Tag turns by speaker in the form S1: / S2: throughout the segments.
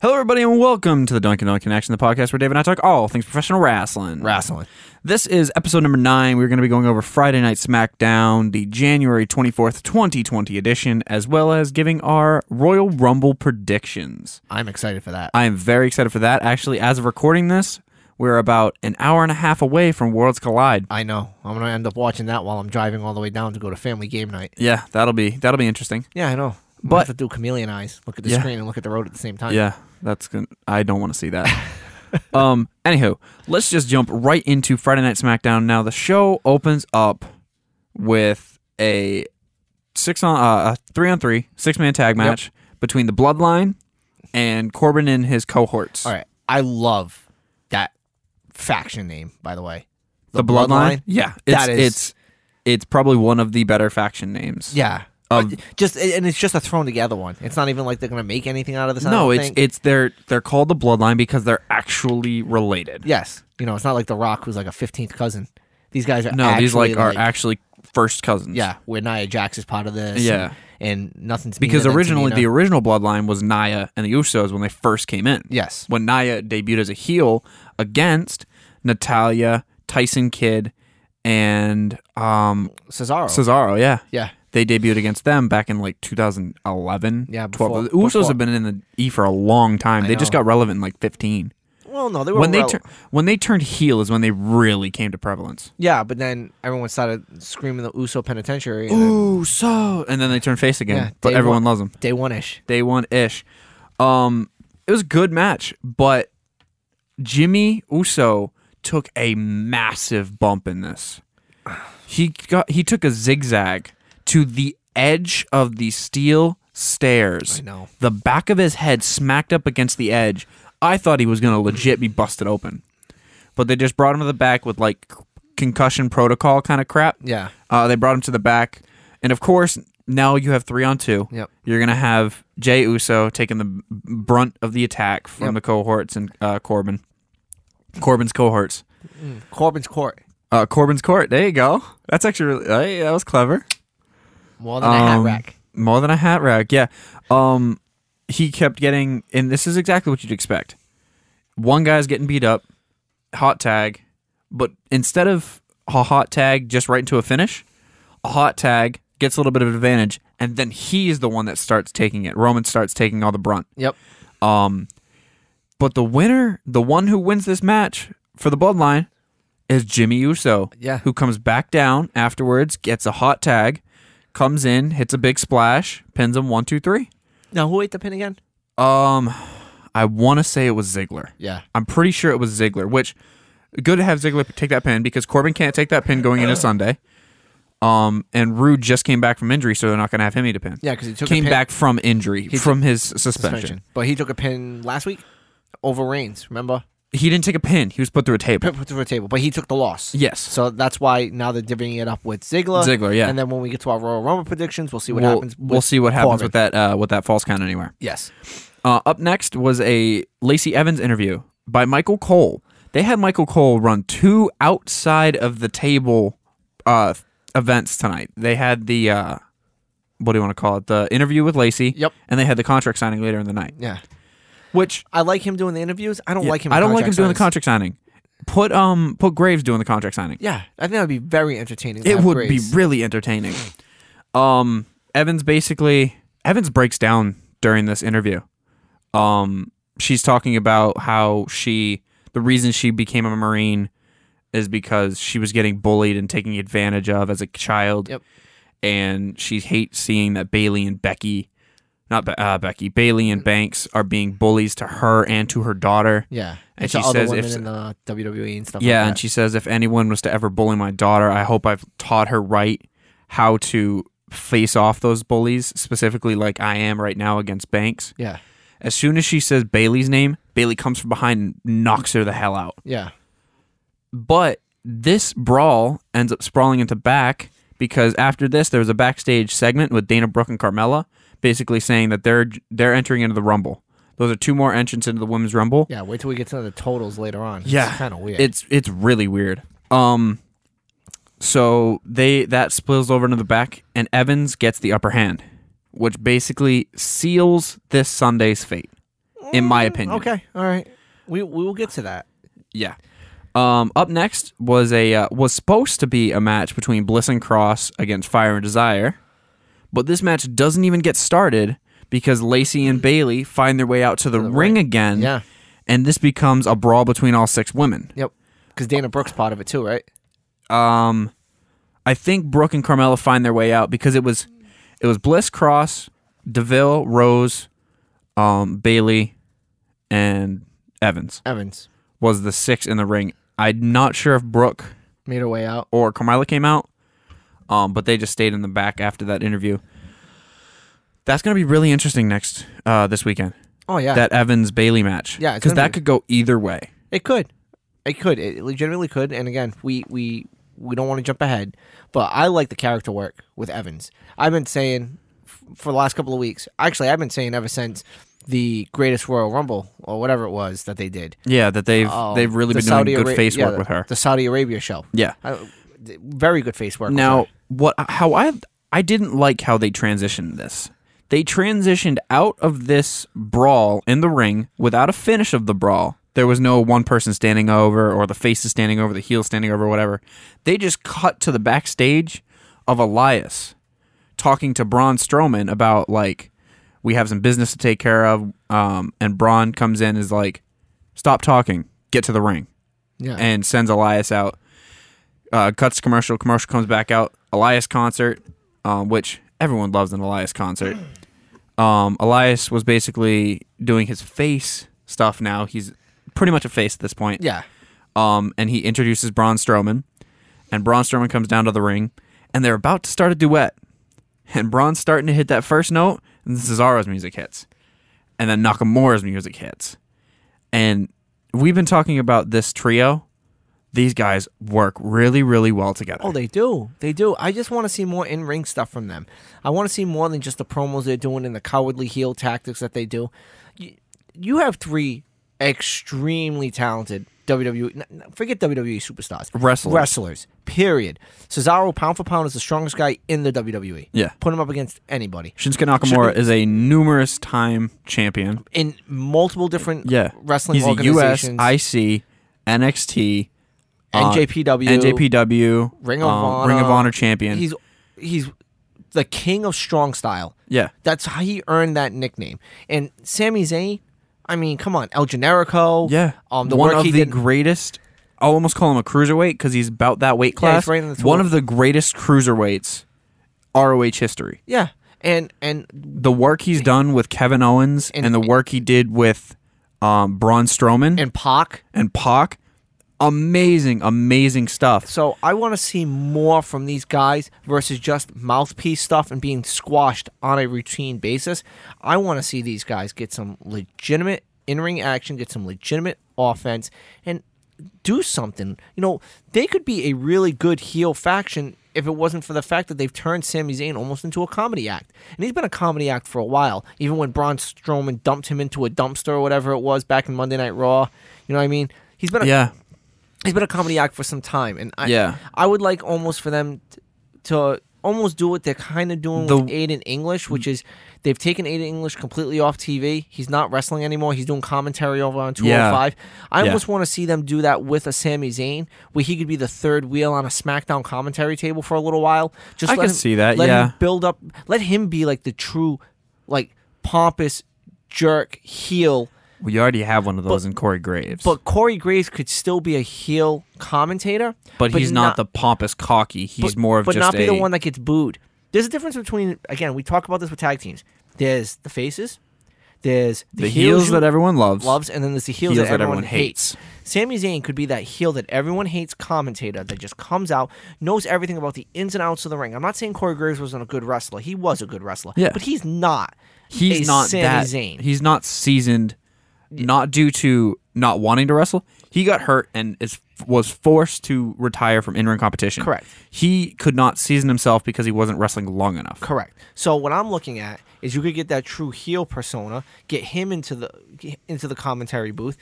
S1: Hello, everybody, and welcome to the Duncan Duncan Connection, the podcast where Dave and I talk all things professional wrestling.
S2: Wrestling.
S1: This is episode number nine. We're going to be going over Friday Night SmackDown, the January 24th, 2020 edition, as well as giving our Royal Rumble predictions.
S2: I'm excited for that.
S1: I am very excited for that. Actually, as of recording this, we're about an hour and a half away from Worlds Collide.
S2: I know. I'm gonna end up watching that while I'm driving all the way down to go to family game night.
S1: Yeah, that'll be that'll be interesting.
S2: Yeah, I know. I'm
S1: But-
S2: gonna have to do chameleon eyes. Look at the
S1: Yeah.
S2: screen and look at the road at the same time.
S1: Yeah, that's good. I don't want to see that. um. Anywho, let's just jump right into Friday Night SmackDown. Now the show opens up with a six on uh, a three on three six man tag match between the Bloodline and Corbin and his cohorts.
S2: All right. I love that faction name, by the way.
S1: The, Bloodline.
S2: Bloodline?
S1: Yeah, it's,
S2: That is-
S1: it's it's probably one of the better faction names.
S2: Yeah.
S1: Um,
S2: just and it's just a thrown together one. It's not even like they're gonna make anything out of this. I
S1: No,
S2: don't
S1: it's
S2: think.
S1: it's they're they're called the Bloodline because they're actually related.
S2: yes. You know, it's not like The Rock who's like a fifteenth cousin. These guys are
S1: No,
S2: actually
S1: these like are actually first cousins.
S2: yeah, where Nia Jax is part of this.
S1: Yeah.
S2: and, and nothing's
S1: Because
S2: meaner than
S1: originally
S2: Tamina.
S1: the original bloodline was Naya and the Usos when they first came in.
S2: Yes.
S1: When Naya debuted as a heel against Natalia, Tyson Kidd, and um
S2: Cesaro.
S1: Cesaro, yeah.
S2: yeah,
S1: They debuted against them back in like 2011.
S2: Yeah,
S1: 12.
S2: before-
S1: the Usos
S2: before-
S1: have been in the E for a long time. they just
S2: know.
S1: got relevant in like 15.
S2: well, no, they were
S1: When they
S2: rel-
S1: tur- when they turned heel is when they really came to prevalence.
S2: Yeah, but then everyone started screaming the Uso Penitentiary. And then
S1: Uso, and then they turned face again.
S2: Yeah,
S1: but
S2: day
S1: everyone
S2: one.
S1: loves them.
S2: day one ish.
S1: day one ish. Um, it was a good match, but Jimmy Uso took a massive bump in this. He got he took a zigzag to the edge of the steel stairs.
S2: I know.
S1: The back of his head smacked up against the edge. I thought he was gonna legit be busted open, but they just brought him to the back with like concussion protocol kind of crap.
S2: Yeah.
S1: Uh, they brought him to the back, and of course, now you have three on two.
S2: Yep.
S1: You're gonna have Jay Uso taking the b- brunt of the attack from
S2: Yep.
S1: the cohorts and uh, Corbin. Corbin's cohorts.
S2: Corbin's court.
S1: Uh, Corbin's court. There you go. That's actually really, hey, that was clever.
S2: More than a hat
S1: Um,
S2: rack.
S1: More than a hat rack. Yeah. Um, he kept getting, and this is exactly what you'd expect. One guy's getting beat up, hot tag, but instead of a hot tag just right into a finish, a hot tag gets a little bit of advantage, and then he is the one that starts taking it. Roman starts taking all the brunt.
S2: Yep.
S1: Um, but the winner, the one who wins this match for the Bloodline, is Jimmy Uso.
S2: Yeah.
S1: Who comes back down afterwards, gets a hot tag, comes in, hits a big splash, pins him one, two, three.
S2: Now who ate the pin again?
S1: Um, I want to say it was Ziggler.
S2: Yeah.
S1: I'm pretty sure it was Ziggler, which good to have Ziggler take that pin because Corbin can't take that pin going into Sunday. Um, and Rude just came back from injury, so they're not going to have him eat a pin.
S2: Yeah, 'cause he took a
S1: came
S2: pin-
S1: back from injury from his suspension.
S2: Suspension. But he took a pin last week over Reigns. Remember?
S1: He didn't take a pin. He was put through a table.
S2: Put put through a table, but he took the loss.
S1: Yes.
S2: So that's why now they're divvying it up with Ziggler.
S1: Ziggler, yeah.
S2: And then when we get to our Royal Rumble predictions, we'll see what
S1: we'll,
S2: happens.
S1: we'll see what happens with that uh, with that false count anywhere.
S2: Yes.
S1: Uh, up next was a Lacey Evans interview by Michael Cole. They had Michael Cole run two outside of the table uh, events tonight. They had the uh, what do you want to call it? The interview with Lacey.
S2: Yep.
S1: And they had the contract signing later in the night.
S2: Yeah.
S1: Which
S2: I like him doing the interviews. I don't like him.
S1: I
S2: in
S1: don't like him doing the
S2: contract
S1: contract signing. Put um put Graves doing the contract signing.
S2: signs. Yeah, I think that would be very entertaining. to
S1: It
S2: have
S1: would
S2: Graves.
S1: be really entertaining. Um, Evans basically Evans breaks down during this interview. Um, she's talking about how she the reason she became a marine is because she was getting bullied and taken advantage of as a child.
S2: Yep.
S1: And she hates seeing that Bailey and Becky, not Be- uh, Becky, Bailey
S2: Mm.
S1: and Banks are being bullies to her and to her daughter.
S2: Yeah,
S1: And
S2: and
S1: she
S2: to other
S1: says
S2: women
S1: if-
S2: in the WWE and stuff.
S1: Yeah,
S2: like
S1: and
S2: that.
S1: she says if anyone was to ever bully my daughter, I hope I've taught her right how to face off those bullies, specifically like I am right now against Banks.
S2: yeah,
S1: As soon as she says Bailey's name, Bailey comes from behind and knocks her the hell out.
S2: yeah,
S1: But this brawl ends up sprawling into back because after this there was a backstage segment with Dana Brooke and Carmella basically saying that they're they're entering into the Rumble. Those are two more entrants into the Women's Rumble.
S2: yeah. Wait till we get to the totals later on.
S1: Yeah,
S2: it's kind of weird.
S1: It's it's really weird. Um, so they that spills over into the back, and Evans gets the upper hand, which basically seals this Sunday's fate. in my opinion.
S2: Okay, all right. We we will get to that.
S1: Yeah. Um, up next was a uh, was supposed to be a match between Bliss and Cross against Fire and Desire, but this match doesn't even get started because Lacey and Bailey find their way out to the, ring again.
S2: Yeah.
S1: And this becomes a brawl between all six women.
S2: Yep. Because Dana Brooks part of it too, right?
S1: Um, I think Brooke and Carmella find their way out because it was it was Bliss, Cross, Deville, Rose, um, Bailey, and Evans
S2: Evans
S1: was the six in the ring. I'm not sure if Brooke
S2: made her way out.
S1: or Carmella came out, um, but they just stayed in the back after that interview. That's gonna be really interesting next uh, this weekend.
S2: Oh yeah,
S1: That Evans Bailey match,
S2: Yeah, it's
S1: because
S2: gonna
S1: that
S2: be-
S1: could go either way.
S2: it could, it could, it legitimately could. And again, we we we don't want to jump ahead, but I like the character work with Evans. I've been saying f- for the last couple of weeks. Actually, I've been saying ever since the Greatest Royal Rumble or whatever it was that they did.
S1: Yeah, that they've
S2: Oh,
S1: they've really
S2: the
S1: been doing
S2: Saudi
S1: good
S2: Ara-
S1: face
S2: yeah,
S1: work with her.
S2: The Saudi Arabia show.
S1: yeah,
S2: I, th- very good face work. with
S1: Now,
S2: her.
S1: what how I I didn't like how they transitioned this. They transitioned out of this brawl in the ring without a finish of the brawl. There was no one person standing over or the faces standing over, the heel standing over, whatever. They just cut to the backstage of Elias talking to Braun Strowman about like we have some business to take care of, um, and Braun comes in and is like, "Stop talking, get to the ring."
S2: yeah,
S1: and sends Elias out. Uh, cuts to commercial. Commercial comes back out. Elias concert, um, which everyone loves an Elias concert. Um, Elias was basically doing his face stuff now. He's pretty much a face at this point.
S2: yeah,
S1: Um, and he introduces Braun Strowman, and Braun Strowman comes down to the ring, and they're about to start a duet, and Braun's starting to hit that first note, and Cesaro's music hits, and then Nakamura's music hits, and we've been talking about this trio. These guys work really, really well together.
S2: Oh, they do. They do. I just want to see more in ring stuff from them. I want to see more than just the promos they're doing and the cowardly heel tactics that they do. You, you have three extremely talented WWE, n- n- forget WWE superstars,
S1: Wrestlers.
S2: Wrestlers, period. Cesaro, pound for pound, is the strongest guy in the WWE.
S1: Yeah.
S2: Put him up against anybody
S1: Shinsuke Nakamura is a numerous time champion.
S2: in multiple different
S1: Yeah,
S2: wrestling
S1: He's a US,
S2: organizations.
S1: IC, NXT, uh,
S2: NJPW.
S1: NJPW,
S2: Ring of
S1: um, Ring of
S2: Honor.
S1: Honor champion.
S2: He's, he's the king of strong style.
S1: yeah,
S2: That's how he earned that nickname. And Sami Zayn, I mean, come on, El Generico.
S1: Yeah.
S2: Um, the
S1: one
S2: work
S1: of
S2: he
S1: the
S2: did.
S1: greatest. I almost call him a cruiserweight because he's about that weight
S2: Yeah, he's
S1: class.
S2: right in the
S1: one
S2: middle.
S1: of the greatest cruiserweights ROH history.
S2: yeah. And and
S1: The work he's done with Kevin Owens and, the work he did with um, Braun Strowman and,
S2: and Pac.
S1: Pac, amazing, amazing stuff.
S2: So I want to see more from these guys versus just mouthpiece stuff and being squashed on a routine basis. I want to see these guys get some legitimate in-ring action, get some legitimate offense, and do something. You know, they could be a really good heel faction if it wasn't for the fact that they've turned Sami Zayn almost into a comedy act. And he's been a comedy act for a while, even when Braun Strowman dumped him into a dumpster or whatever it was back in Monday Night Raw. You know what I mean? He's been a,
S1: yeah,
S2: he's been a comedy act for some time, and I,
S1: Yeah.
S2: I would like almost for them t- to almost do what they're kind of doing
S1: The-
S2: with Aiden English, which is they've taken Aiden English completely off TV. He's not wrestling anymore. He's doing commentary over on 205. I
S1: Yeah.
S2: almost want to see them do that with a Sami Zayn, where he could be the third wheel on a SmackDown commentary table for a little while. Just
S1: I
S2: let
S1: can
S2: him-
S1: see that,
S2: Let
S1: yeah.
S2: him build up. Let him be like the true, like pompous jerk heel
S1: we already have one of those in Corey Graves,
S2: but Corey Graves could still be a heel commentator.
S1: But he's not, the pompous cocky. He's
S2: but-
S1: more of
S2: but
S1: just
S2: not be
S1: a
S2: the one that gets booed. There's a difference between again. We talk about this with tag teams. There's the faces. There's the,
S1: the heels
S2: you
S1: that everyone loves.
S2: loves, and then there's the heels,
S1: Heels
S2: that, everyone hates. Sami Zayn could be that heel that everyone hates commentator that just comes out, knows everything about the ins and outs of the ring. I'm not saying Corey Graves wasn't a good wrestler. He was a good wrestler.
S1: Yeah.
S2: But he's not.
S1: he's
S2: a
S1: not
S2: Sami
S1: that
S2: Zayn.
S1: he's not seasoned not due to not wanting to wrestle he got hurt and is was forced to retire from in-ring competition
S2: Correct.
S1: he could not season himself because he wasn't wrestling long enough
S2: Correct. So what I'm looking at is you could get that true heel persona, get him into the into the commentary booth,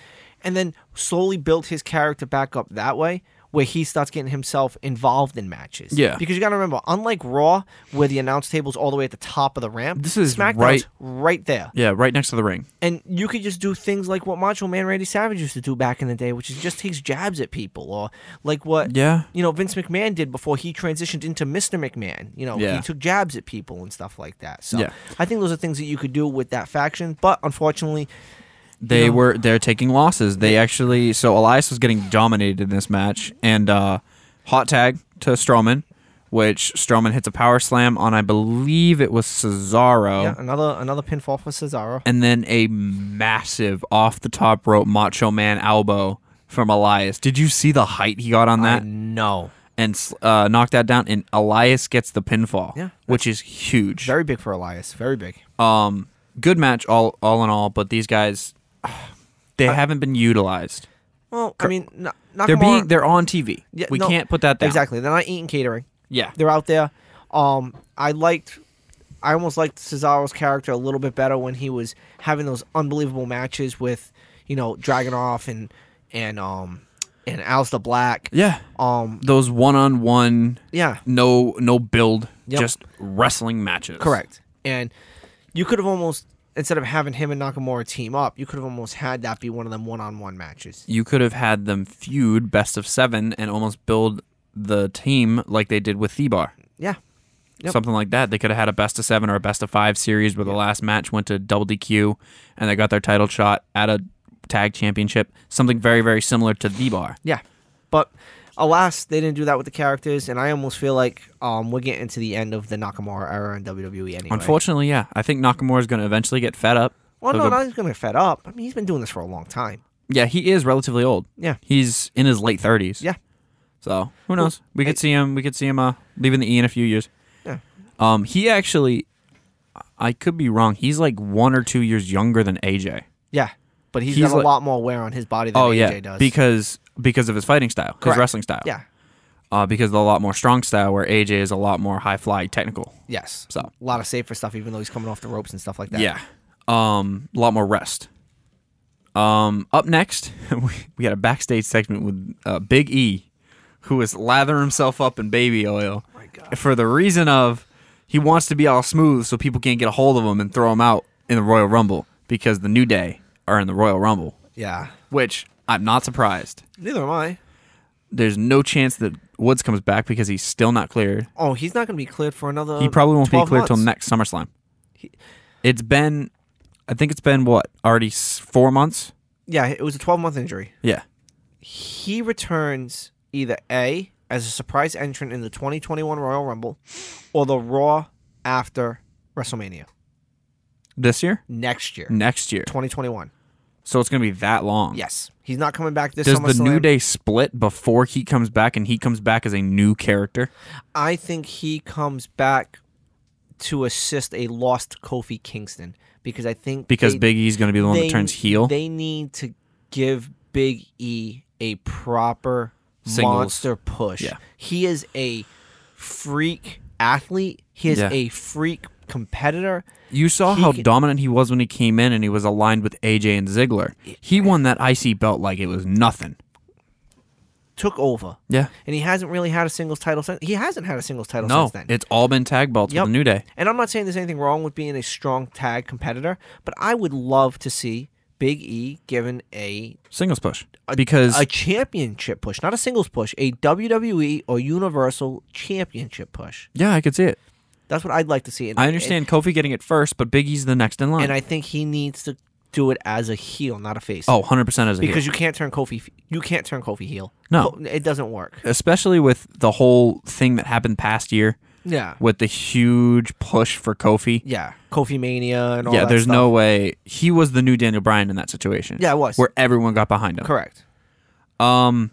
S2: and then slowly build his character back up that way. where he starts getting himself involved in matches.
S1: Yeah.
S2: Because you got to remember, unlike Raw, where the announce table's all the way at the top of the ramp,
S1: This is
S2: SmackDown's
S1: right-
S2: right there.
S1: Yeah, right next to the ring.
S2: And you could just do things like what Macho Man Randy Savage used to do back in the day, which is just takes jabs at people, or like what
S1: Yeah.
S2: you know Vince McMahon did before he transitioned into Mr. McMahon. You know,
S1: Yeah.
S2: he took jabs at people and stuff like that. So
S1: Yeah.
S2: I think those are things that you could do with that faction. But unfortunately,
S1: They
S2: Yeah.
S1: were they're taking losses. They actually so Elias was getting dominated in this match and uh hot tag to Strowman, which Strowman hits a power slam on I believe it was Cesaro.
S2: yeah, another another pinfall for Cesaro.
S1: Oh. And then a massive off the top rope macho man elbow from Elias. Did you see the height he got on that?
S2: no,
S1: and s- uh, knocked that down, and Elias gets the pinfall,
S2: Yeah.
S1: which is huge.
S2: very big for Elias, very big.
S1: Um, good match all all in all, but these guys, they haven't been utilized.
S2: Well, I mean, no, not
S1: They're being they're on TV. we can't put that down.
S2: Exactly, they're not eating catering.
S1: Yeah.
S2: they're out there. Um, I liked, I almost liked Cesaro's character a little bit better when he was having those unbelievable matches with, you know, Dragonoff and and um and Alistair Black.
S1: Yeah.
S2: Um,
S1: Those one on one,
S2: yeah,
S1: no no build,
S2: Yep.
S1: just wrestling matches.
S2: correct. And you could have almost instead of having him and Nakamura team up, you could have almost had that be one of them one-on-one matches.
S1: You could have had them feud best of seven and almost build the team like they did with Thebar.
S2: Yeah, Yep.
S1: something like that. They could have had a best of seven or a best of five series where the last match went to double DQ and they got their title shot at a tag championship. Something very, very similar to the bar.
S2: yeah. But alas, they didn't do that with the characters, and I almost feel like um we're getting to the end of the Nakamura era in WWE anyway.
S1: Unfortunately, yeah. I think Nakamura is going to eventually get fed up.
S2: Well,
S1: He'll
S2: no,
S1: go-
S2: not he's gonna get fed up. I mean, he's been doing this for a long time.
S1: Yeah, he is relatively old.
S2: Yeah.
S1: He's in his late 30s.
S2: Yeah.
S1: So who knows? We could see him. We could see him uh, leaving the E in a few years.
S2: Yeah.
S1: Um, he actually, I could be wrong. He's like one or two years younger than AJ.
S2: Yeah, but he's,
S1: He's
S2: got a
S1: like-
S2: lot more wear on his body than
S1: Oh
S2: AJ
S1: yeah,
S2: does.
S1: because because of his fighting style, his
S2: Correct.
S1: wrestling style.
S2: yeah,
S1: uh, because they're a lot more strong style, where AJ is a lot more high fly technical.
S2: yes,
S1: So.
S2: a lot of safer stuff, even though he's coming off the ropes and stuff like that.
S1: Um, a lot more rest. Um, up next, we, we had a backstage segment with uh, Big E, who was lathering himself up in baby oil for the reason of he wants to be all smooth so people can't get a hold of him and throw him out in the Royal Rumble because the New Day are in the Royal Rumble,
S2: yeah.
S1: which I'm not surprised.
S2: Neither am I.
S1: There's no chance that Woods comes back because he's still not cleared.
S2: Oh, he's not gonna be cleared for another.
S1: He probably won't be
S2: 12
S1: cleared till
S2: months.
S1: next SummerSlam. It's been, I think it's been what already s- four months.
S2: Yeah, it was a twelve month injury.
S1: Yeah,
S2: He returns either a as a surprise entrant in the 2021 Royal Rumble, or the Raw after WrestleMania
S1: this year,
S2: next year,
S1: next year.
S2: 2021.
S1: So it's gonna be that long.
S2: Yes, he's not coming back this.
S1: Does the
S2: SummerSlam.
S1: New Day split before he comes back, and he comes back as a new character?
S2: I think he comes back to assist a lost Kofi Kingston because I think
S1: Because
S2: they-
S1: Big E's gonna be the one
S2: they-
S1: that turns heel.
S2: They need to give Big E a proper
S1: Singles.
S2: monster push.
S1: Yeah.
S2: He is a freak athlete. He is
S1: Yeah.
S2: a freak competitor.
S1: you saw
S2: he
S1: how
S2: can-
S1: dominant he was when he came in, and he was aligned with AJ and Ziggler. He won that IC belt like it was nothing.
S2: Took over.
S1: Yeah.
S2: And he hasn't really had a singles title since. He hasn't had a singles title
S1: No,
S2: since then.
S1: it's all been tag belts
S2: Yep.
S1: with the New Day.
S2: And I'm not saying there's anything wrong with being a strong tag competitor, but I would love to see Big E given a
S1: Singles push
S2: Uh,
S1: because
S2: a championship push, not a singles push, a WWE or Universal championship push.
S1: yeah, I could see it.
S2: That's what I'd like to see. And,
S1: I understand Kofi getting it first, but Biggie's the next in line.
S2: and, and I think he needs to do it as a heel, not a face.
S1: oh, 100 percent as a heel.
S2: because you can't turn Kofi, you can't turn Kofi heel.
S1: No.
S2: Co- it doesn't work.
S1: especially with the whole thing that happened past year
S2: Yeah,
S1: with the huge push for Kofi.
S2: yeah, Kofi mania and all.
S1: yeah,
S2: that
S1: there's
S2: stuff.
S1: no way he was the new Daniel Bryan in that situation.
S2: Yeah, it was.
S1: where everyone got behind him.
S2: correct.
S1: Um,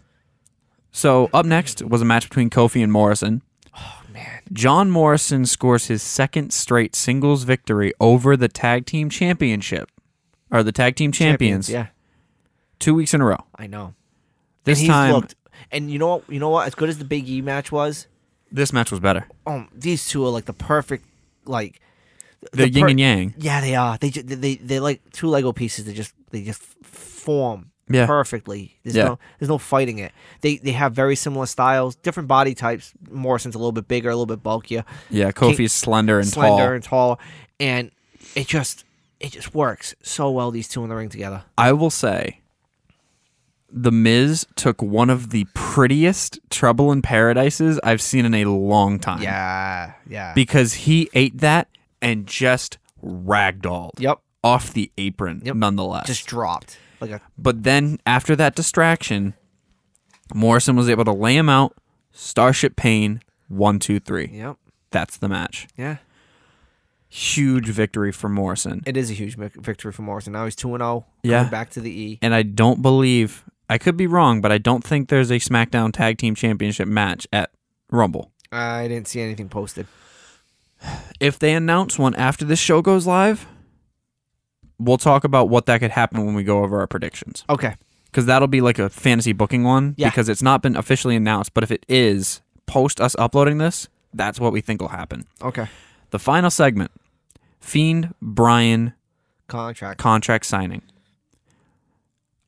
S1: so up next was a match between Kofi and Morrison. Oh man, John Morrison scores his second straight singles victory over the tag team championship, or the tag team champions,
S2: Yeah,
S1: two weeks in a row.
S2: I know.
S1: This
S2: and he's
S1: time,
S2: looked, and you know what? You know what? As good as the Big E match was,
S1: this match was better.
S2: um, these two are like the perfect, like
S1: The, yin
S2: per-
S1: and yang.
S2: Yeah, they are. They just, they they they're like two Lego pieces. They just they just f- form
S1: Yeah.
S2: perfectly. There's
S1: Yeah.
S2: no there's no fighting it. They they have very similar styles, different body types. Morrison's a little bit bigger, a little bit bulkier,
S1: Yeah, Kofi's slender and
S2: slender
S1: tall.
S2: and tall, and it just it just works so well. These two in the ring together.
S1: I will say, The Miz took one of the prettiest Trouble in Paradises I've seen in a long time.
S2: Yeah, yeah.
S1: Because he ate that and just ragdolled.
S2: yep,
S1: Off the apron,
S2: Yep.
S1: nonetheless.
S2: just dropped like a
S1: But then after that distraction, Morrison was able to lay him out. Starship Pain, one, two, three.
S2: yep,
S1: That's the match.
S2: yeah.
S1: Huge victory for Morrison.
S2: It is a huge vic- victory for Morrison. Now he's two and zero.
S1: Yeah.
S2: back to the E.
S1: And I don't believe, I could be wrong, but I don't think there's a SmackDown Tag Team Championship match at Rumble.
S2: I didn't see anything posted.
S1: If they announce one after this show goes live, we'll talk about what that could happen when we go over our predictions.
S2: Okay,
S1: because that'll be like a fantasy booking one
S2: Yeah.
S1: because it's not been officially announced. But if it is, post us uploading this, that's what we think will happen.
S2: okay.
S1: The final segment Fiend Brian
S2: Contract.
S1: contract signing.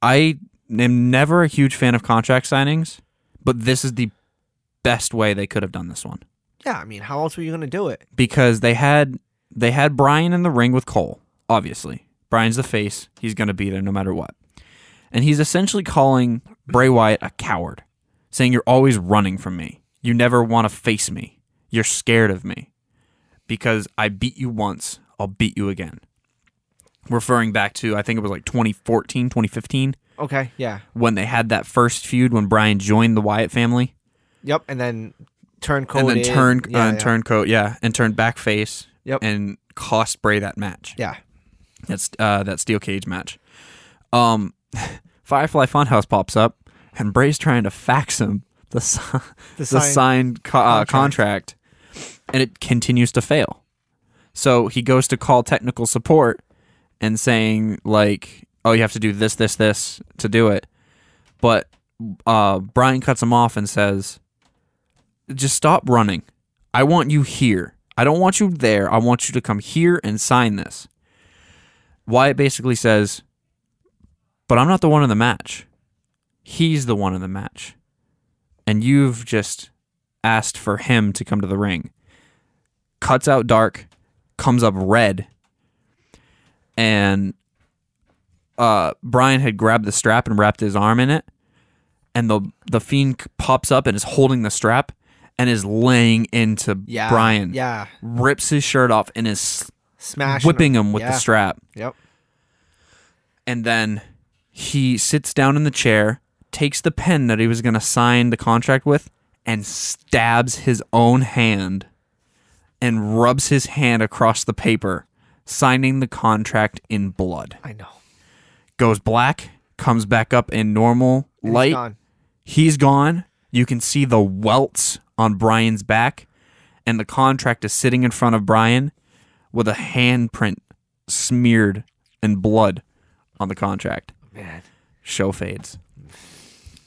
S1: I am never a huge fan of contract signings, but this is the best way they could have done this one
S2: Yeah, I mean, how else were you gonna do it?
S1: because they had they had Brian in the ring with Cole. Obviously, Brian's the face; he's going to be there no matter what. And he's essentially calling Bray Wyatt a coward, saying, "You're always running from me. You never want to face me. You're scared of me because I beat you once. I'll beat you again." Referring back to, I think it was like 2014, 2015,
S2: Okay, yeah,
S1: when they had that first feud when Brian joined the Wyatt family
S2: yep. And then turn code
S1: and then
S2: in.
S1: turned
S2: Yeah,
S1: uh, and
S2: yeah.
S1: turned coat, yeah, and turned back face,
S2: Yep.
S1: and cost Bray that match.
S2: Yeah,
S1: That's uh, that steel cage match. Um, Firefly Funhouse pops up, and Bray's trying to fax him the si- the,
S2: signed
S1: signed co- uh,
S2: contract.
S1: contract, and it continues to fail. So he goes to call technical support and saying like, "Oh, you have to do this, this, this to do it," but uh, Brian cuts him off and says, "Just stop running. I want you here. I don't want you there. I want you to come here and sign this." Wyatt basically says, But I'm not the one in the match. He's the one in the match. And you've just asked for him to come to the ring. Cuts out dark, comes up red, and uh, Brian had grabbed the strap and wrapped his arm in it. And the the fiend pops up and is holding the strap and is laying into
S2: yeah.
S1: Brian.
S2: Yeah,
S1: Rips his shirt off and is
S2: smash.
S1: whipping him with the strap.
S2: Yep.
S1: and then he sits down in the chair, takes the pen that he was going to sign the contract with, and stabs his own hand and rubs his hand across the paper, signing the contract in blood.
S2: I know.
S1: Goes black, comes back up in normal light.
S2: He's gone.
S1: He's gone. You can see the welts on Brian's back, and the contract is sitting in front of Brian with a handprint smeared in blood on the contract.
S2: Man.
S1: Show fades.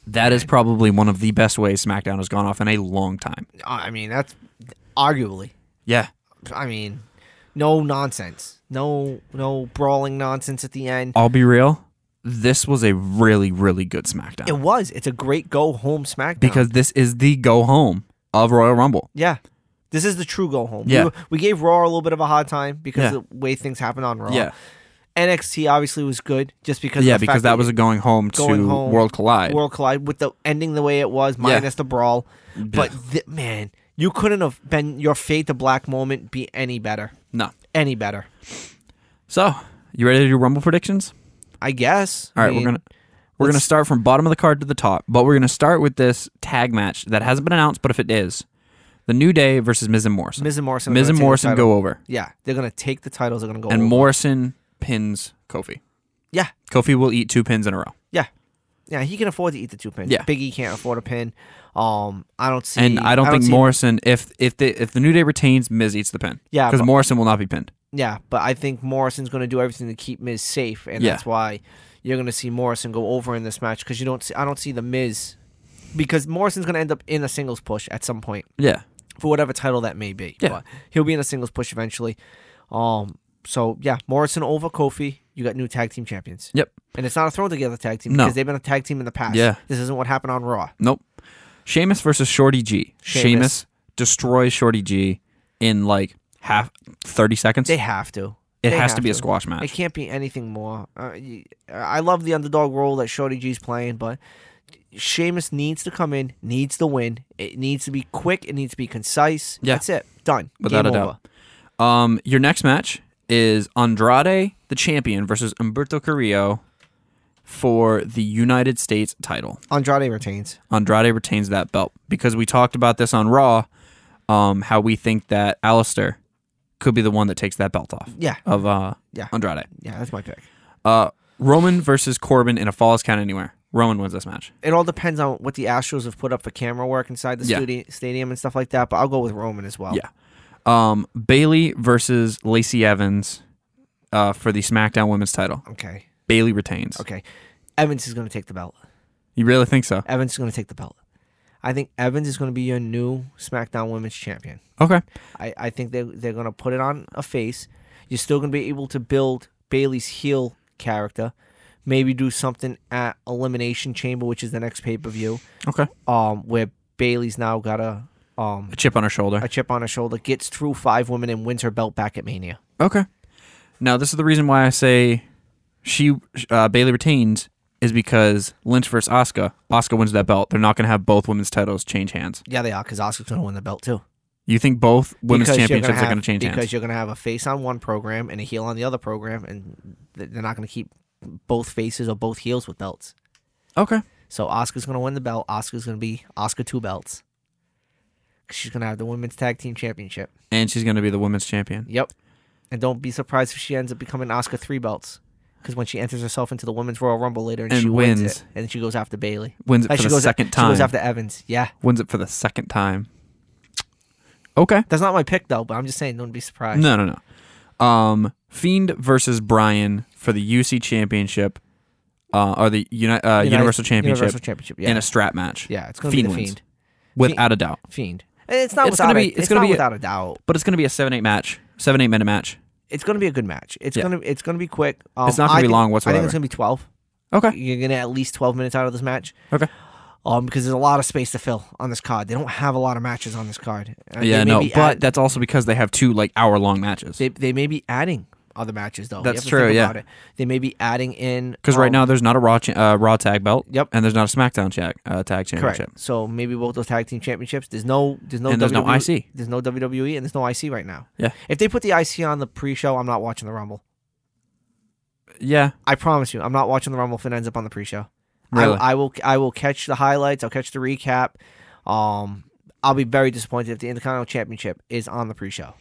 S1: That is probably one of the best ways SmackDown has gone off in a long time.
S2: I I mean, that's arguably.
S1: Yeah.
S2: I mean, no nonsense. No, no brawling nonsense at the end.
S1: I'll be real. This was a really, really good SmackDown
S2: It was. It's a great go home SmackDown.
S1: because this is the go home of Royal Rumble.
S2: yeah, this is the true go home.
S1: Yeah.
S2: we, were- we gave Raw a little bit of a hard time because
S1: Yeah.
S2: of the way things happened on Raw.
S1: Yeah.
S2: NXT obviously was good just because.
S1: Yeah,
S2: of Uh, the
S1: because
S2: fact
S1: that was a going home to
S2: going home,
S1: World Collide.
S2: World Collide with the ending the way it was, minus the brawl. But th- man, you couldn't have been your fate to black moment be any better.
S1: no.
S2: Any better.
S1: So, you ready to do Rumble predictions?
S2: I guess.
S1: All
S2: I
S1: right,
S2: mean,
S1: we're gonna we're gonna
S2: let's-
S1: start from bottom of the card to the top, but we're gonna start with this tag match that hasn't been announced, but if it is, the New Day versus Miz and Morrison.
S2: Miz and Morrison. are
S1: Miz
S2: gonna
S1: and
S2: take the
S1: Morrison
S2: title.
S1: go over,
S2: Yeah, they're gonna take the titles. They're gonna go.
S1: and
S2: over.
S1: Morrison pins Kofi.
S2: Yeah,
S1: Kofi will eat two pins in a row,
S2: yeah, yeah. He can afford to eat the two pins.
S1: Yeah.
S2: Biggie can't afford a pin. Um, I don't see.
S1: and I don't, think
S2: see-
S1: Morrison. If if the if the New Day retains, Miz eats the pin.
S2: Yeah,
S1: because
S2: but-
S1: Morrison will not be pinned.
S2: Yeah, but I think Morrison's gonna do everything to keep Miz safe, and
S1: Yeah.
S2: that's why you're gonna see Morrison go over in this match because you don't. See, I don't see the Miz because Morrison's gonna end up in a singles push at some point.
S1: Yeah,
S2: for whatever title that may be.
S1: Yeah.
S2: But he'll be in a singles push eventually. Um so yeah, Morrison over Kofi you got new tag team champions.
S1: Yep.
S2: And it's not a thrown together tag team
S1: No.
S2: because they've been a tag team in the past.
S1: Yeah.
S2: This isn't what happened on Raw.
S1: Nope. Sheamus versus Shorty G.
S2: Sheamus.
S1: Sheamus destroys Shorty G in like half thirty seconds.
S2: They have to.
S1: it
S2: They
S1: has
S2: have
S1: to be a squash match.
S2: It can't be anything more. Uh, y- I love the underdog role that Shorty G's playing, but Sheamus needs to come in, needs to win. It needs to be quick. It needs to be concise.
S1: Yeah.
S2: That's it. Done.
S1: Without
S2: Game
S1: a
S2: over.
S1: doubt. Um, your next match is Andrade the champion versus Umberto Carrillo for the United States title.
S2: Andrade retains.
S1: Andrade retains that belt because we talked about this on Raw, um, how we think that Alistair could be the one that takes that belt off
S2: Yeah.
S1: of uh,
S2: Yeah.
S1: Andrade.
S2: Yeah, that's my pick.
S1: Uh, Roman versus Corbin in a Falls Count Anywhere. Roman wins this match.
S2: It all depends on what the Astros have put up for camera work inside the
S1: Yeah.
S2: studi- stadium and stuff like that, but I'll go with Roman as well.
S1: Yeah. Um, Bailey versus Lacey Evans uh, for the SmackDown Women's title.
S2: Okay.
S1: Bailey retains.
S2: Okay. Evans is going to take the belt.
S1: You really think so?
S2: Evans is going to take the belt. I think Evans is going to be your new SmackDown Women's Champion.
S1: Okay.
S2: I, I think they they're gonna put it on a face. You're still gonna be able to build Bailey's heel character. Maybe do something at Elimination Chamber, which is the next pay per view,
S1: Okay.
S2: um, where Bailey's now got a um
S1: A chip on her shoulder.
S2: a chip on her shoulder, gets through five women and wins her belt back at Mania.
S1: Okay. Now this is the reason why I say she uh, Bailey retains is because Lynch versus Oscar. Oscar wins that belt. They're not going to have both women's titles change hands.
S2: Yeah, they are because Oscar's gonna win the belt too.
S1: You think both women's
S2: Because you're
S1: championships
S2: gonna
S1: are
S2: have-
S1: going to change
S2: because
S1: hands?
S2: you're gonna have a face on one program and a heel on the other program, and th- they're not gonna keep both faces or both heels with belts.
S1: Okay.
S2: So Oscar's gonna win the belt. Oscar's gonna be Oscar two belts. 'Cause She's gonna have the women's tag team championship.
S1: And she's going to be the women's champion.
S2: Yep. And don't be surprised if she ends up becoming Oscar three belts. Because when she enters herself into the women's Royal Rumble later and,
S1: And
S2: she wins,
S1: wins.
S2: it, and she goes after Bailey.
S1: Wins it
S2: Uh,
S1: for
S2: she
S1: the
S2: goes
S1: second
S2: She
S1: time.
S2: goes after Evans. Yeah,
S1: Wins it for the second time. Okay.
S2: that's not my pick though, but I'm just saying, don't be surprised.
S1: No, no, no. Um, Fiend versus Brian for the UC championship, uh, or the uni- uh,
S2: United-
S1: Universal Championship
S2: Universal Championship. Yeah,
S1: in a strap match.
S2: yeah, it's gonna
S1: Fiend
S2: be the
S1: wins.
S2: Fiend.
S1: without a doubt.
S2: Fiend. And it's not
S1: It's
S2: without
S1: gonna
S2: a,
S1: be-
S2: it's
S1: it's gonna
S2: not
S1: be a-
S2: without a doubt.
S1: But it's going to be a seven eight match, seven eight minute match.
S2: It's gonna be a good match. It's
S1: Yeah.
S2: gonna it's gonna be quick. Um,
S1: It's not gonna
S2: I
S1: be
S2: think-
S1: long
S2: I think
S1: whatsoever.
S2: it's gonna be twelve.
S1: Okay.
S2: You're gonna at least twelve minutes out of this match.
S1: Okay.
S2: Um, because there's a lot of space to fill on this card. They don't have a lot of matches on this card. Uh, they
S1: Yeah,
S2: may
S1: no,
S2: be
S1: but
S2: add-
S1: that's also because they have two like hour long matches.
S2: they they may be adding other matches though. You
S1: That's
S2: have to
S1: true,
S2: think
S1: yeah.
S2: about it. They may be adding in
S1: Because right
S2: um,
S1: now there's not a Raw cha- uh, Raw tag belt.
S2: Yep.
S1: And there's not a SmackDown tag uh, tag
S2: correct.
S1: championship.
S2: So maybe both those tag team championships. There's no there's no E
S1: And there's no
S2: WWE
S1: IC.
S2: There's no WWE and there's no IC right now.
S1: Yeah.
S2: If they put the IC on the pre-show, I'm not watching the Rumble.
S1: Yeah.
S2: I promise you, I'm not watching the Rumble if it ends up on the pre-show.
S1: Really?
S2: I, I will. I will catch the highlights. I'll catch the recap. Um, I'll be very disappointed if the Intercontinental Championship is on the pre-show.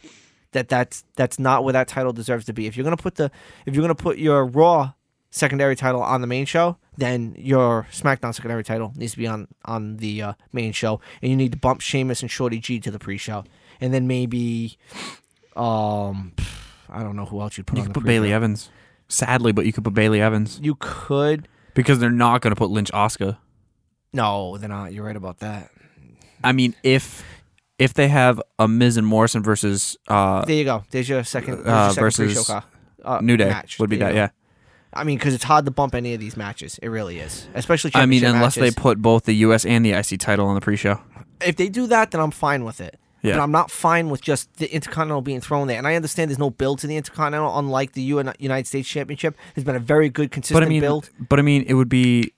S2: That that's that's not where that title deserves to be. If you're gonna put the if you're gonna put your Raw secondary title on the main show, then your SmackDown secondary title needs to be on on the uh, main show, and you need to bump Sheamus and Shorty G to the pre-show, and then maybe, um, I don't know who else you'd put
S1: You
S2: on
S1: could
S2: the
S1: put
S2: pre-show.
S1: Bailey Evans. Sadly, but you could put Bailey Evans
S2: You could.
S1: because they're not going to put Lynch Oscar.
S2: No, they're not. You're right about that.
S1: I mean, if if they have a Miz and Morrison versus uh,
S2: There you go. There's your second, there's your
S1: Uh,
S2: second
S1: versus
S2: pre-show car. Uh,
S1: New Day,
S2: match.
S1: would be
S2: There
S1: that.
S2: you go.
S1: Yeah.
S2: I mean, because it's hard to bump any of these matches. It really is, especially.
S1: I mean,
S2: championship
S1: unless
S2: matches.
S1: they put both the U.S. and the IC title on the pre-show.
S2: if they do that, then I'm fine with it.
S1: Yeah.
S2: But I'm not fine with just the Intercontinental being thrown there. And I understand there's no build to the Intercontinental, unlike the UN- United States Championship. There's been a very good, consistent
S1: but I mean,
S2: build.
S1: but I mean, it would be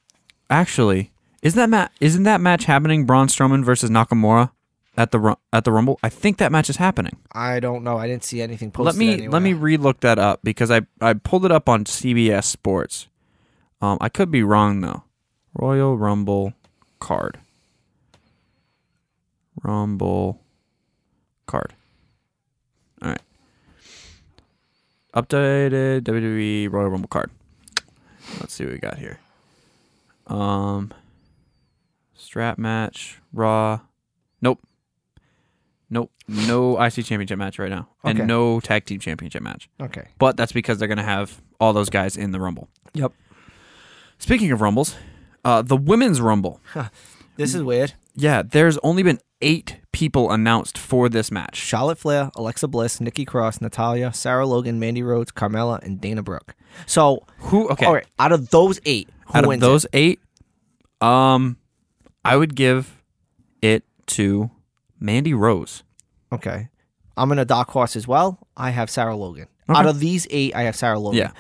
S1: actually isn't that ma- isn't that match happening? Braun Strowman versus Nakamura at the Ru- at the Rumble. I think that match is happening.
S2: I don't know. I didn't see anything posted.
S1: Let me
S2: anywhere.
S1: let me relook that up because I I pulled it up on CBS Sports. Um, I could be wrong though. Royal Rumble card. Rumble card. All right. Updated WWE Royal Rumble card. Let's see what we got here. Um, strap match, Raw. Nope. Nope. No IC championship match right now,
S2: Okay.
S1: and no tag team championship match.
S2: Okay.
S1: But that's because they're gonna have all those guys in the Rumble.
S2: Yep.
S1: Speaking of rumbles, uh, the women's rumble.
S2: This is weird.
S1: Yeah, there's only been eight people announced for this match.
S2: Charlotte Flair, Alexa Bliss, Nikki Cross, Natalia, Sarah Logan, Mandy Rhodes, Carmella, and Dana Brooke. So,
S1: Who? Okay.
S2: all right, out of those eight, who
S1: out of
S2: wins? it?
S1: those eight, um, I would give it to Mandy Rose.
S2: Okay. I'm in a dark horse as well. I have Sarah Logan.
S1: Okay.
S2: Out of these eight, I have Sarah Logan.
S1: Yeah.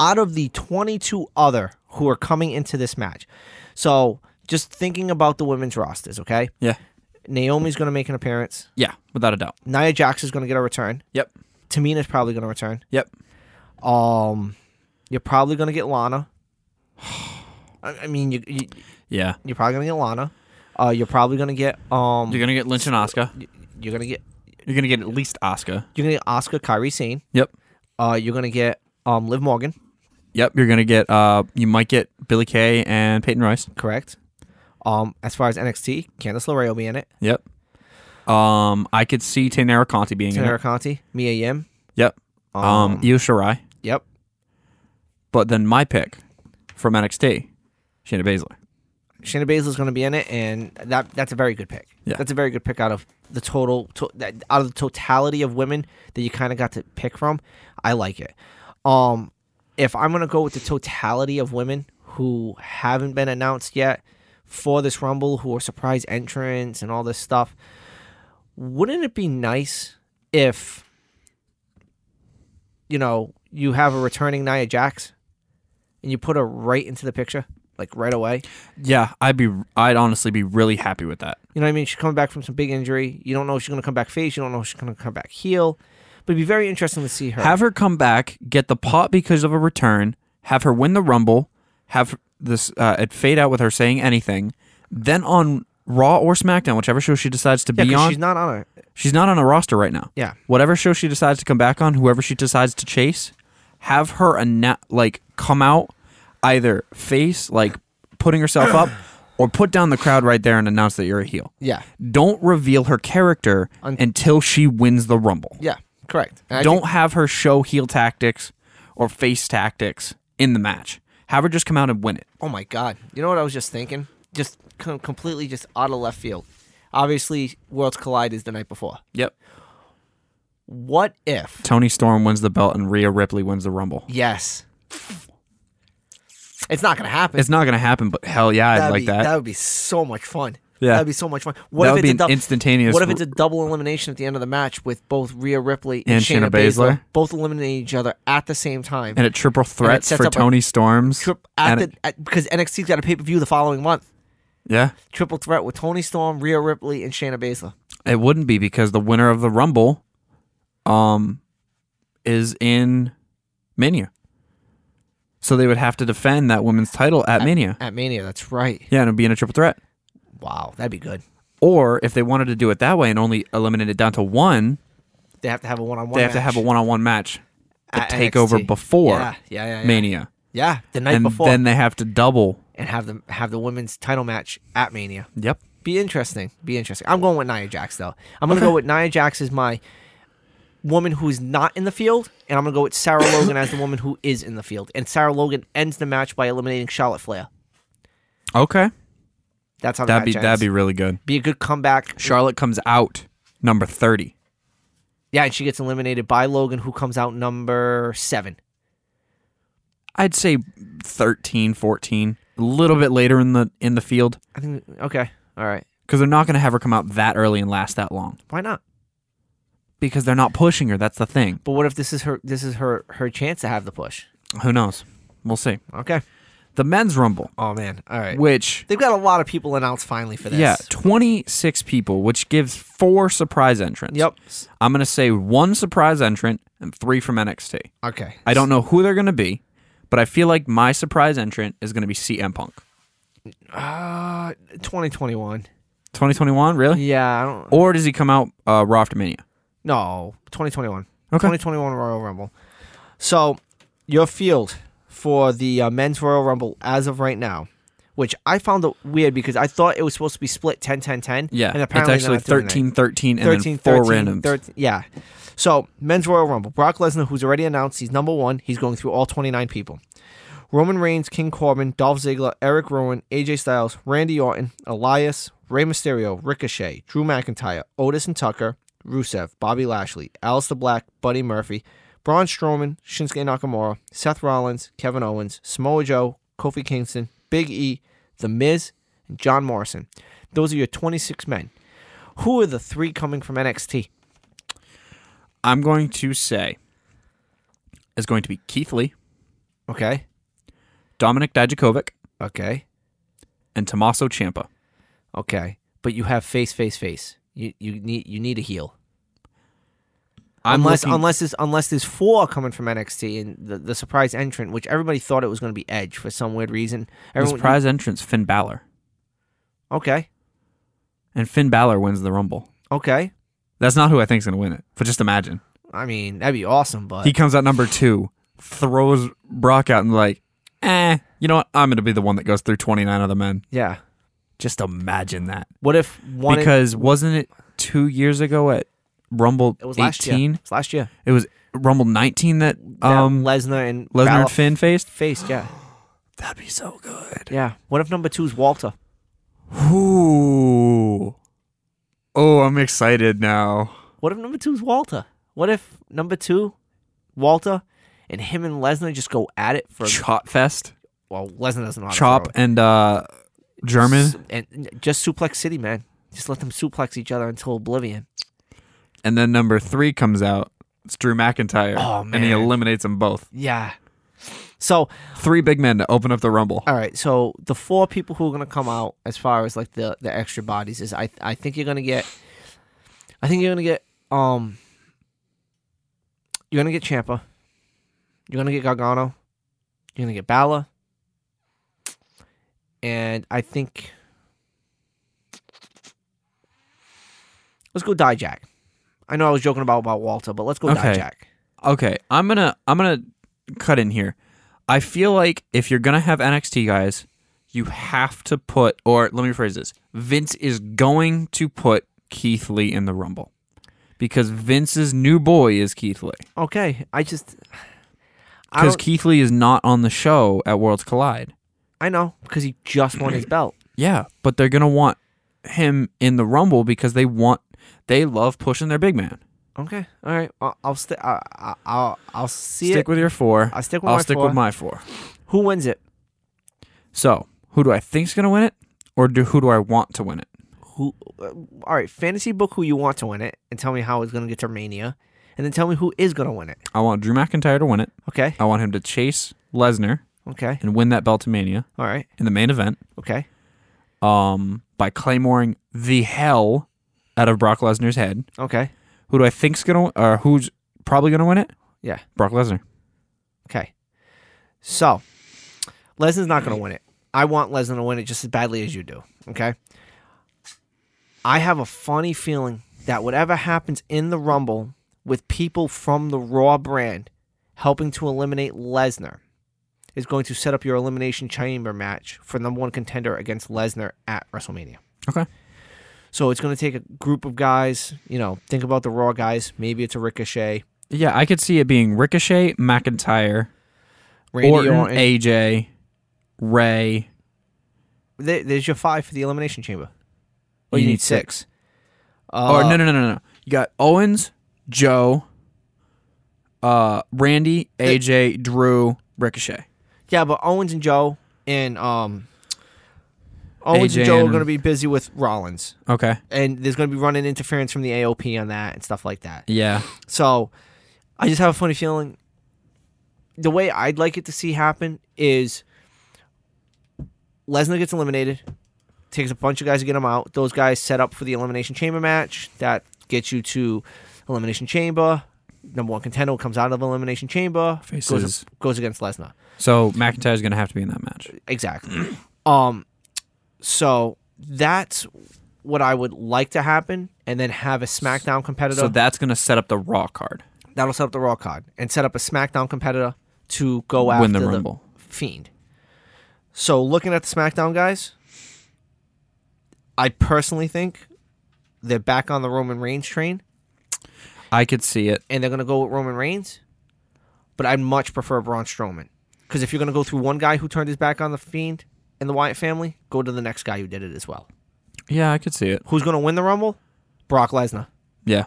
S2: Out of the 22 other who are coming into this match. So just thinking about the women's rosters, okay?
S1: Yeah.
S2: Naomi's going to make an appearance.
S1: Yeah, without a doubt.
S2: Nia Jax is going to get a return.
S1: Yep.
S2: Tamina's probably going to return.
S1: Yep.
S2: Um, You're probably going to get Lana. I I mean, you, you,
S1: Yeah.
S2: you're probably going to get Lana. Uh, you're probably going to get. um.
S1: You're gonna get Lynch and Oscar.
S2: You're going to get.
S1: You're gonna get at least Oscar.
S2: You're gonna get Oscar Kyrie Sane.
S1: Yep.
S2: Uh, you're gonna get um Liv Morgan.
S1: Yep. You're gonna get. Uh, you might get Billy Kay and Peyton Royce.
S2: Correct. Um, as far as NXT, Candice LeRae will be in it.
S1: Yep. Um, I could see Tenera Conti being in
S2: Tanara
S1: it.
S2: Conti, Mia Yim.
S1: Yep. Um, Io Shirai.
S2: Yep.
S1: But then my pick from NXT, Shayna Baszler.
S2: Shayna Baszler's going to be in it, and that that's a very good pick.
S1: Yeah.
S2: That's a very good pick out of the total to, that, out of the totality of women that you kind of got to pick from. I like it. Um, if I'm going to go with the totality of women who haven't been announced yet for this Rumble, who are surprise entrants and all this stuff, wouldn't it be nice if you know you have a returning Nia Jax and you put her right into the picture, like right away?
S1: Yeah, I'd be. I'd honestly be really happy with that.
S2: You know what I mean? She's coming back from some big injury. You don't know if she's going to come back face. You don't know if she's going to come back heel. But it'd be very interesting to see her.
S1: Have her come back, get the pot because of a return, have her win the Rumble, have this uh, it fade out with her saying anything. Then on Raw or SmackDown, whichever show she decides to
S2: yeah,
S1: be
S2: 'cause
S1: on,
S2: she's
S1: she's,
S2: not on her.
S1: not on a roster right now.
S2: Yeah.
S1: Whatever show she decides to come back on, whoever she decides to chase, have her anna- like come out either face like putting herself up or put down the crowd right there and announce that you're a heel.
S2: Yeah.
S1: Don't reveal her character
S2: Un-
S1: until she wins the Rumble
S2: Yeah. Correct. And I
S1: don't
S2: think-
S1: have her show heel tactics or face tactics in the match. Have her just come out and win it.
S2: oh my God. You know what I was just thinking? Just com- completely just out of left field. Obviously, Worlds Collide is the night before.
S1: Yep.
S2: What if?
S1: Tony Storm wins the belt and Rhea Ripley wins the Rumble.
S2: Yes. It's not going to happen.
S1: It's not gonna happen, but hell yeah, I'd
S2: That'd
S1: like
S2: be,
S1: that.
S2: would be so much fun.
S1: Yeah.
S2: That'd be so much fun. What
S1: That
S2: if
S1: would
S2: it's
S1: be
S2: a
S1: an
S2: dou-
S1: instantaneous
S2: What if
S1: r-
S2: it's a double elimination at the end of the match with both Rhea Ripley and,
S1: And
S2: Shayna
S1: Shayna
S2: Baszler,
S1: Baszler?
S2: both eliminating each other at the same time?
S1: and a triple threat
S2: sets
S1: for
S2: up a
S1: Tony Storm's.
S2: Tri- at
S1: and
S2: the,
S1: it-
S2: at, because NXT's got a pay per view the following month.
S1: yeah.
S2: Triple threat with Tony Storm, Rhea Ripley, and Shayna Baszler.
S1: It wouldn't be because the winner of the Rumble um is in Mania. So they would have to defend that women's title at Mania.
S2: At Mania, that's right.
S1: Yeah, and it'd be in a triple threat.
S2: Wow, that'd be good.
S1: Or if they wanted to do it that way and only eliminate it down to one,
S2: They have to have a one on one.
S1: they have to have a one-on-one match the
S2: At
S1: takeover
S2: NXT.
S1: before
S2: Yeah, yeah, yeah, yeah.
S1: mania
S2: yeah the night
S1: and
S2: before,
S1: then they have to double
S2: and have them have the women's title match at Mania.
S1: yep
S2: Be interesting. Be interesting. I'm going with Nia Jax though. I'm gonna go with Nia Jax as my woman who's not in the field, and I'm gonna go with Sarah Logan as the woman who is in the field. And Sarah Logan ends the match by eliminating Charlotte Flair.
S1: okay
S2: That's how the
S1: that'd be
S2: match
S1: that'd
S2: ends.
S1: be really good
S2: be a good comeback.
S1: charlotte comes out number 30
S2: Yeah, and she gets eliminated by Logan, who comes out number seven.
S1: i'd say 13 14 a little bit later in the in the field
S2: I think. Okay. All right.
S1: because they're not going to have her come out that early and last that long
S2: Why not?
S1: because they're not pushing her that's the thing
S2: But what if this is her? This is her her chance to have the push.
S1: who knows we'll see
S2: Okay.
S1: the men's rumble
S2: Oh man. All right.
S1: which
S2: They've got a lot of people announced finally for this.
S1: yeah 26 people which gives four surprise entrants
S2: Yep.
S1: I'm going to say one surprise entrant and three from NXT.
S2: Okay.
S1: I don't know who they're going to be, but I feel like my surprise entrant is going to be CM Punk.
S2: Uh, 2021.
S1: 2021, really?
S2: Yeah. I don't.
S1: Or does he come out uh, Raw after Mania?
S2: No, 2021.
S1: Okay.
S2: 2021 Royal Rumble. So, your field for the uh, men's Royal Rumble as of right now, which I found it weird because I thought it was supposed to be split 10 10 10.
S1: Yeah,
S2: And apparently
S1: it's actually
S2: they're not doing
S1: 13,
S2: that.
S1: 13, and
S2: 13
S1: then four
S2: 13,
S1: randoms.
S2: 13 yeah. So, men's Royal Rumble. Brock Lesnar, who's already announced he's number one, he's going through all 29 people. Roman Reigns, King Corbin, Dolph Ziggler, Eric Rowan, AJ Styles, Randy Orton, Elias, Rey Mysterio, Ricochet, Drew McIntyre, Otis and Tucker, Rusev, Bobby Lashley, Alistair Black, Buddy Murphy, Braun Strowman, Shinsuke Nakamura, Seth Rollins, Kevin Owens, Samoa Joe, Kofi Kingston, Big E, The Miz, and John Morrison. Those are your 26 men. Who are the three coming from NXT?
S1: I'm going to say is going to be Keith Lee,
S2: Okay.
S1: Dominic Dijakovic,
S2: Okay.
S1: and Tommaso Ciampa.
S2: Okay. But you have face, face, face. You you need you need a heel.
S1: I'm
S2: unless
S1: looking-
S2: unless there's unless there's four coming from NXT and the, the surprise entrant, which everybody thought it was going to be Edge for some weird reason.
S1: the
S2: Everyone,
S1: surprise entrance Finn Balor,
S2: Okay.
S1: and Finn Balor wins the Rumble.
S2: Okay.
S1: That's not who I think's going to win it, but just imagine
S2: I mean, that'd be awesome, but
S1: he comes out number two, throws Brock out, and like, eh, you know what? I'm going to be the one that goes through 29 other men.
S2: yeah.
S1: Just imagine that.
S2: What if one?
S1: because wasn't it two years ago at Rumble
S2: it was last year.
S1: 18?
S2: It was last year.
S1: It was Rumble 19 that
S2: That
S1: um
S2: Lesnar and
S1: Lesnar
S2: Balor
S1: and Finn faced.
S2: faced. Yeah.
S1: That'd be so good.
S2: Yeah. What if number two is Walter?
S1: Ooh. Oh, I'm excited now.
S2: What if number two is Walter? What if number two, Walter, and him and Lesnar just go at it for
S1: Chop fest.
S2: well, Lesnar doesn't know how to
S1: Chop
S2: throw.
S1: and uh
S2: S-
S1: German,
S2: and just suplex City, man. Just let them suplex each other until oblivion.
S1: and then number three comes out. It's Drew McIntyre,
S2: Oh,
S1: and he
S2: man.
S1: eliminates them both.
S2: Yeah. So
S1: Three big men to open up the Rumble.
S2: all right, so the four people who are gonna come out as far as like the the extra bodies is I I think you're gonna get, I think you're gonna get um, you're gonna get Champa, you're gonna get Gargano, you're gonna get Bala, and I think let's go Dijak. I know I was joking about about Walter, but let's go
S1: Okay.
S2: Dijak.
S1: Okay, I'm gonna I'm gonna cut in here. I feel like if you're gonna have NXT guys, you have to put or let me rephrase this. Vince is going to put Keith Lee in the Rumble. Because Vince's new boy is Keith Lee.
S2: Okay, I just I
S1: Because
S2: don't,
S1: Keith Lee is not on the show at Worlds Collide.
S2: I know because he just won his belt.
S1: Yeah, but they're gonna want him in the Rumble because they want they love pushing their big man.
S2: Okay. All right. I'll, I'll stick. I'll, I'll I'll see
S1: stick
S2: it.
S1: with your four.
S2: I'll stick with
S1: I'll
S2: my
S1: stick
S2: four.
S1: with my four.
S2: Who wins it?
S1: So who do I think's gonna win it, or do who do I want to win it?
S2: Who? Uh, all right. Fantasy book who you want to win it, and tell me how it's gonna get to Mania, and then tell me who is gonna win it.
S1: I want Drew McIntyre to win it.
S2: Okay.
S1: I want him to chase Lesnar
S2: Okay.
S1: and win that belt to Mania
S2: All right.
S1: in the main event
S2: Okay.
S1: um, by claymoring the hell out of Brock Lesnar's head.
S2: Okay.
S1: Who do I think's gonna or who's probably gonna win it?
S2: Yeah.
S1: Brock Lesnar.
S2: Okay. So Lesnar's not gonna win it. I want Lesnar to win it just as badly as you do. Okay. I have a funny feeling that whatever happens in the Rumble with people from the Raw brand helping to eliminate Lesnar is going to set up your Elimination Chamber match for number one contender against Lesnar at WrestleMania.
S1: Okay.
S2: So it's going to take a group of guys, you know, think about the Raw guys. Maybe it's a Ricochet,
S1: Yeah, I could see it being Ricochet, McIntyre,
S2: Randy
S1: Orton,
S2: Orton.
S1: AJ, Ray.
S2: There- there's your five for the Elimination Chamber.
S1: Oh, You need six.
S2: Uh,
S1: or no, no, no, no, no. You got Owens, Joe, uh, Randy, AJ, Drew, Ricochet.
S2: Yeah, but Owens and Joe and um, Owens
S1: AJ
S2: and Joe are
S1: and-
S2: going to be busy with Rollins,
S1: Okay.
S2: and there's going to be running interference from the AOP on that and stuff like that.
S1: Yeah.
S2: So, I just have a funny feeling. The way I'd like it to see happen is Lesnar gets eliminated, takes a bunch of guys to get him out. Those guys set up for the Elimination Chamber match that gets you to Elimination Chamber. Number one contender comes out of Elimination Chamber,
S1: Faces.
S2: Goes, goes against Lesnar.
S1: So McIntyre's gonna have to be in that match.
S2: Exactly. um, so that's what I would like to happen, and then have a SmackDown competitor.
S1: So that's gonna set up the Raw card.
S2: that'll set up the Raw card, and set up a SmackDown competitor to go after
S1: Win the Rumble.
S2: Fiend. So looking at the SmackDown guys, I personally think they're back on the Roman Reigns train,
S1: I could see it.
S2: and they're gonna go with Roman Reigns. But I'd much prefer Braun Strowman. Because if you're going to go through one guy who turned his back on the Fiend and the Wyatt family, go to the next guy who did it as well.
S1: Yeah, I could see it.
S2: Who's going to win the Rumble? Brock Lesnar.
S1: Yeah.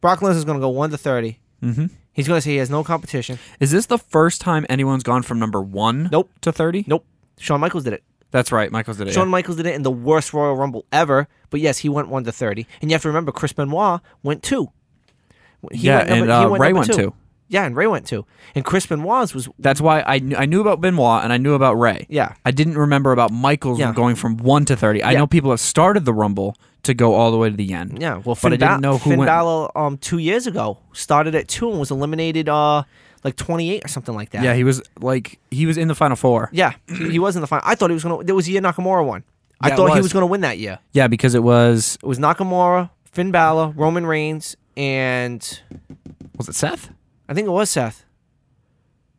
S2: Brock Lesnar's going to go 1 to 30.
S1: Mm-hmm.
S2: He's going to say he has no competition.
S1: Is this the first time anyone's gone from number one
S2: Nope.
S1: to 30?
S2: Nope. Shawn Michaels did it.
S1: That's right. Michael's did it.
S2: Shawn
S1: yeah.
S2: Michaels did it in the worst Royal Rumble ever. But yes, he went 1 to 30. And you have to remember, Chris Benoit went 2. He
S1: yeah,
S2: went
S1: and
S2: number- he
S1: uh, Ray
S2: number
S1: went two.
S2: Yeah, and Ray went 2. And Chris Benoit's was,
S1: That's why I, kn- I knew about Benoit and I knew about Ray.
S2: yeah.
S1: I didn't remember about Michael's
S2: Yeah.
S1: going from 1 to 30. I
S2: Yeah.
S1: know people have started the Rumble to go all the way to the end.
S2: Yeah, well,
S1: But
S2: Finn
S1: I didn't
S2: Ba-
S1: know who
S2: Finn
S1: went.
S2: Balor, um, two years ago started at two and was eliminated, uh, like twenty eight or something like that.
S1: Yeah, he was like, he was in the final four.
S2: yeah, he he was in the final. I thought he was gonna. There was a year Nakamura won. I
S1: Yeah, it
S2: thought he
S1: was.
S2: was gonna win that year.
S1: Yeah, because it was,
S2: It was Nakamura, Finn Balor, Roman Reigns, and
S1: was it Seth?
S2: I think it was Seth.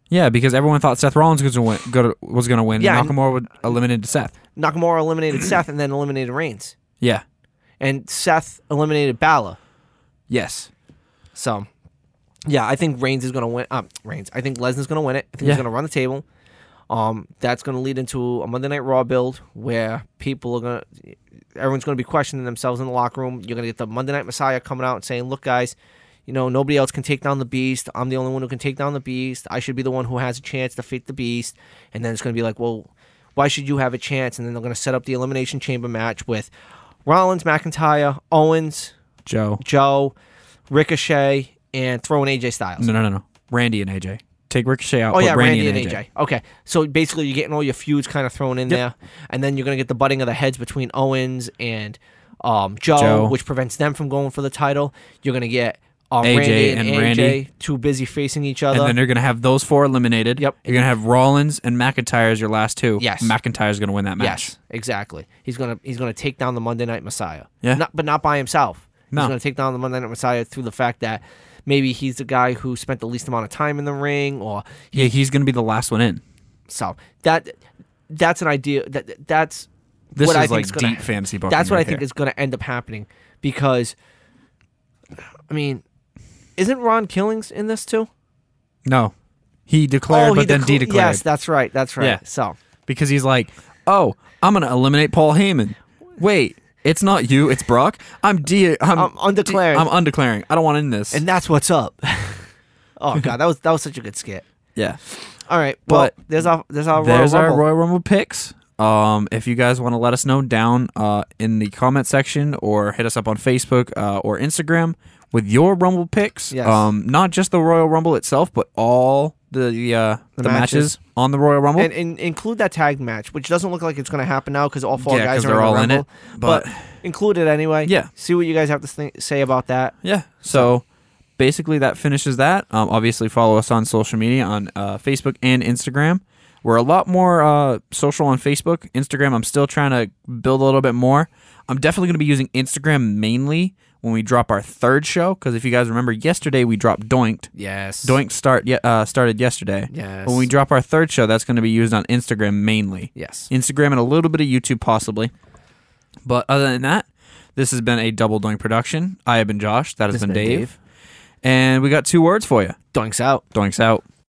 S1: Yeah, because everyone thought Seth Rollins was going to win. go to- Was gonna win
S2: Yeah,
S1: and Nakamura would eliminated Seth.
S2: Nakamura eliminated Seth and then eliminated Reigns,
S1: Yeah.
S2: and Seth eliminated Balor.
S1: Yes.
S2: So, yeah, I think Reigns is gonna win. Um, Reigns. I think Lesnar's gonna win it. I think
S1: Yeah.
S2: he's gonna run the table. Um, that's gonna lead into a Monday Night Raw build where people are gonna, everyone's gonna be questioning themselves in the locker room. You're gonna get the Monday Night Messiah coming out and saying, "Look, guys." You know, nobody else can take down the beast. I'm the only one who can take down the beast. I should be the one who has a chance to defeat the beast. And then it's going to be like, well, why should you have a chance? And then they're going to set up the Elimination Chamber match with Rollins, McIntyre, Owens,
S1: Joe.
S2: Joe, Ricochet, and throw in AJ Styles.
S1: No, no, no, no. Randy and AJ. Take Ricochet out.
S2: Oh
S1: put
S2: yeah, Randy, and
S1: AJ.
S2: AJ. Okay, so basically you're getting all your feuds kind of thrown in there, and then you're gonna get the butting of the heads between Owens and um, Joe,
S1: Joe.
S2: which prevents them from going for the title. You're gonna get um,
S1: AJ
S2: Randy and,
S1: and
S2: AJ
S1: Randy.
S2: too busy facing each other.
S1: And then you're gonna have those four eliminated.
S2: Yep.
S1: You're gonna have Rollins and McIntyre as your last two.
S2: Yes.
S1: McIntyre's gonna win that match.
S2: yes, exactly. He's gonna he's gonna take down the Monday Night Messiah.
S1: Yeah.
S2: not, but not by himself.
S1: No.
S2: He's gonna take down the Monday Night Messiah through the fact that maybe he's the guy who spent the least amount of time in the ring, or
S1: Yeah, he's gonna be the last one in.
S2: So that that's an idea that that's
S1: This
S2: what
S1: is
S2: I think
S1: like
S2: is
S1: deep
S2: gonna,
S1: fantasy booking.
S2: That's what I
S1: right
S2: think
S1: there.
S2: is going to end up happening because I mean, isn't Ron Killings in this too?
S1: No. He declared,
S2: oh,
S1: but
S2: he
S1: then
S2: decla-
S1: de-declared
S2: Yes, that's right. That's right.
S1: Yeah.
S2: So
S1: because he's like, "Oh, I'm gonna eliminate Paul Heyman." Wait, it's not you, it's Brock. I'm de. I'm,
S2: I'm undeclared.
S1: I'm undeclaring. I don't want in this.
S2: and that's what's up. oh god, that was that was such a good skit.
S1: yeah.
S2: All right, well,
S1: But
S2: there's our there's our Royal
S1: there's our
S2: Rumble.
S1: Royal Rumble picks. Um, if you guys want to let us know down uh, in the comment section or hit us up on Facebook uh, or Instagram with your Rumble picks,
S2: Yes.
S1: um, not just the Royal Rumble itself, but all the the, uh, the, matches.
S2: matches.
S1: on the Royal Rumble.
S2: and, and include that tag match, which doesn't look like it's going to happen now because all four
S1: Yeah,
S2: guys
S1: 'cause
S2: are
S1: they're
S2: in the
S1: all in
S2: Rumble,
S1: it, but-
S2: include it anyway.
S1: Yeah.
S2: See what you guys have to think, say about that.
S1: yeah, so basically that finishes that. Um, obviously, follow us on social media on uh, Facebook and Instagram. We're a lot more uh, social on Facebook. Instagram, I'm still trying to build a little bit more. I'm definitely going to be using Instagram mainly when we drop our third show. Because if you guys remember, yesterday we dropped Doinked.
S2: Yes.
S1: Doinked start ye- uh, started yesterday.
S2: Yes.
S1: When we drop our third show, that's going to be used on Instagram mainly.
S2: Yes.
S1: Instagram and a little bit of YouTube possibly. But other than that, this has been a Double Doink production. I have been Josh. That has
S2: This
S1: been,
S2: has been
S1: Dave. And we got two words for you.
S2: Doinks out.
S1: Doinks out.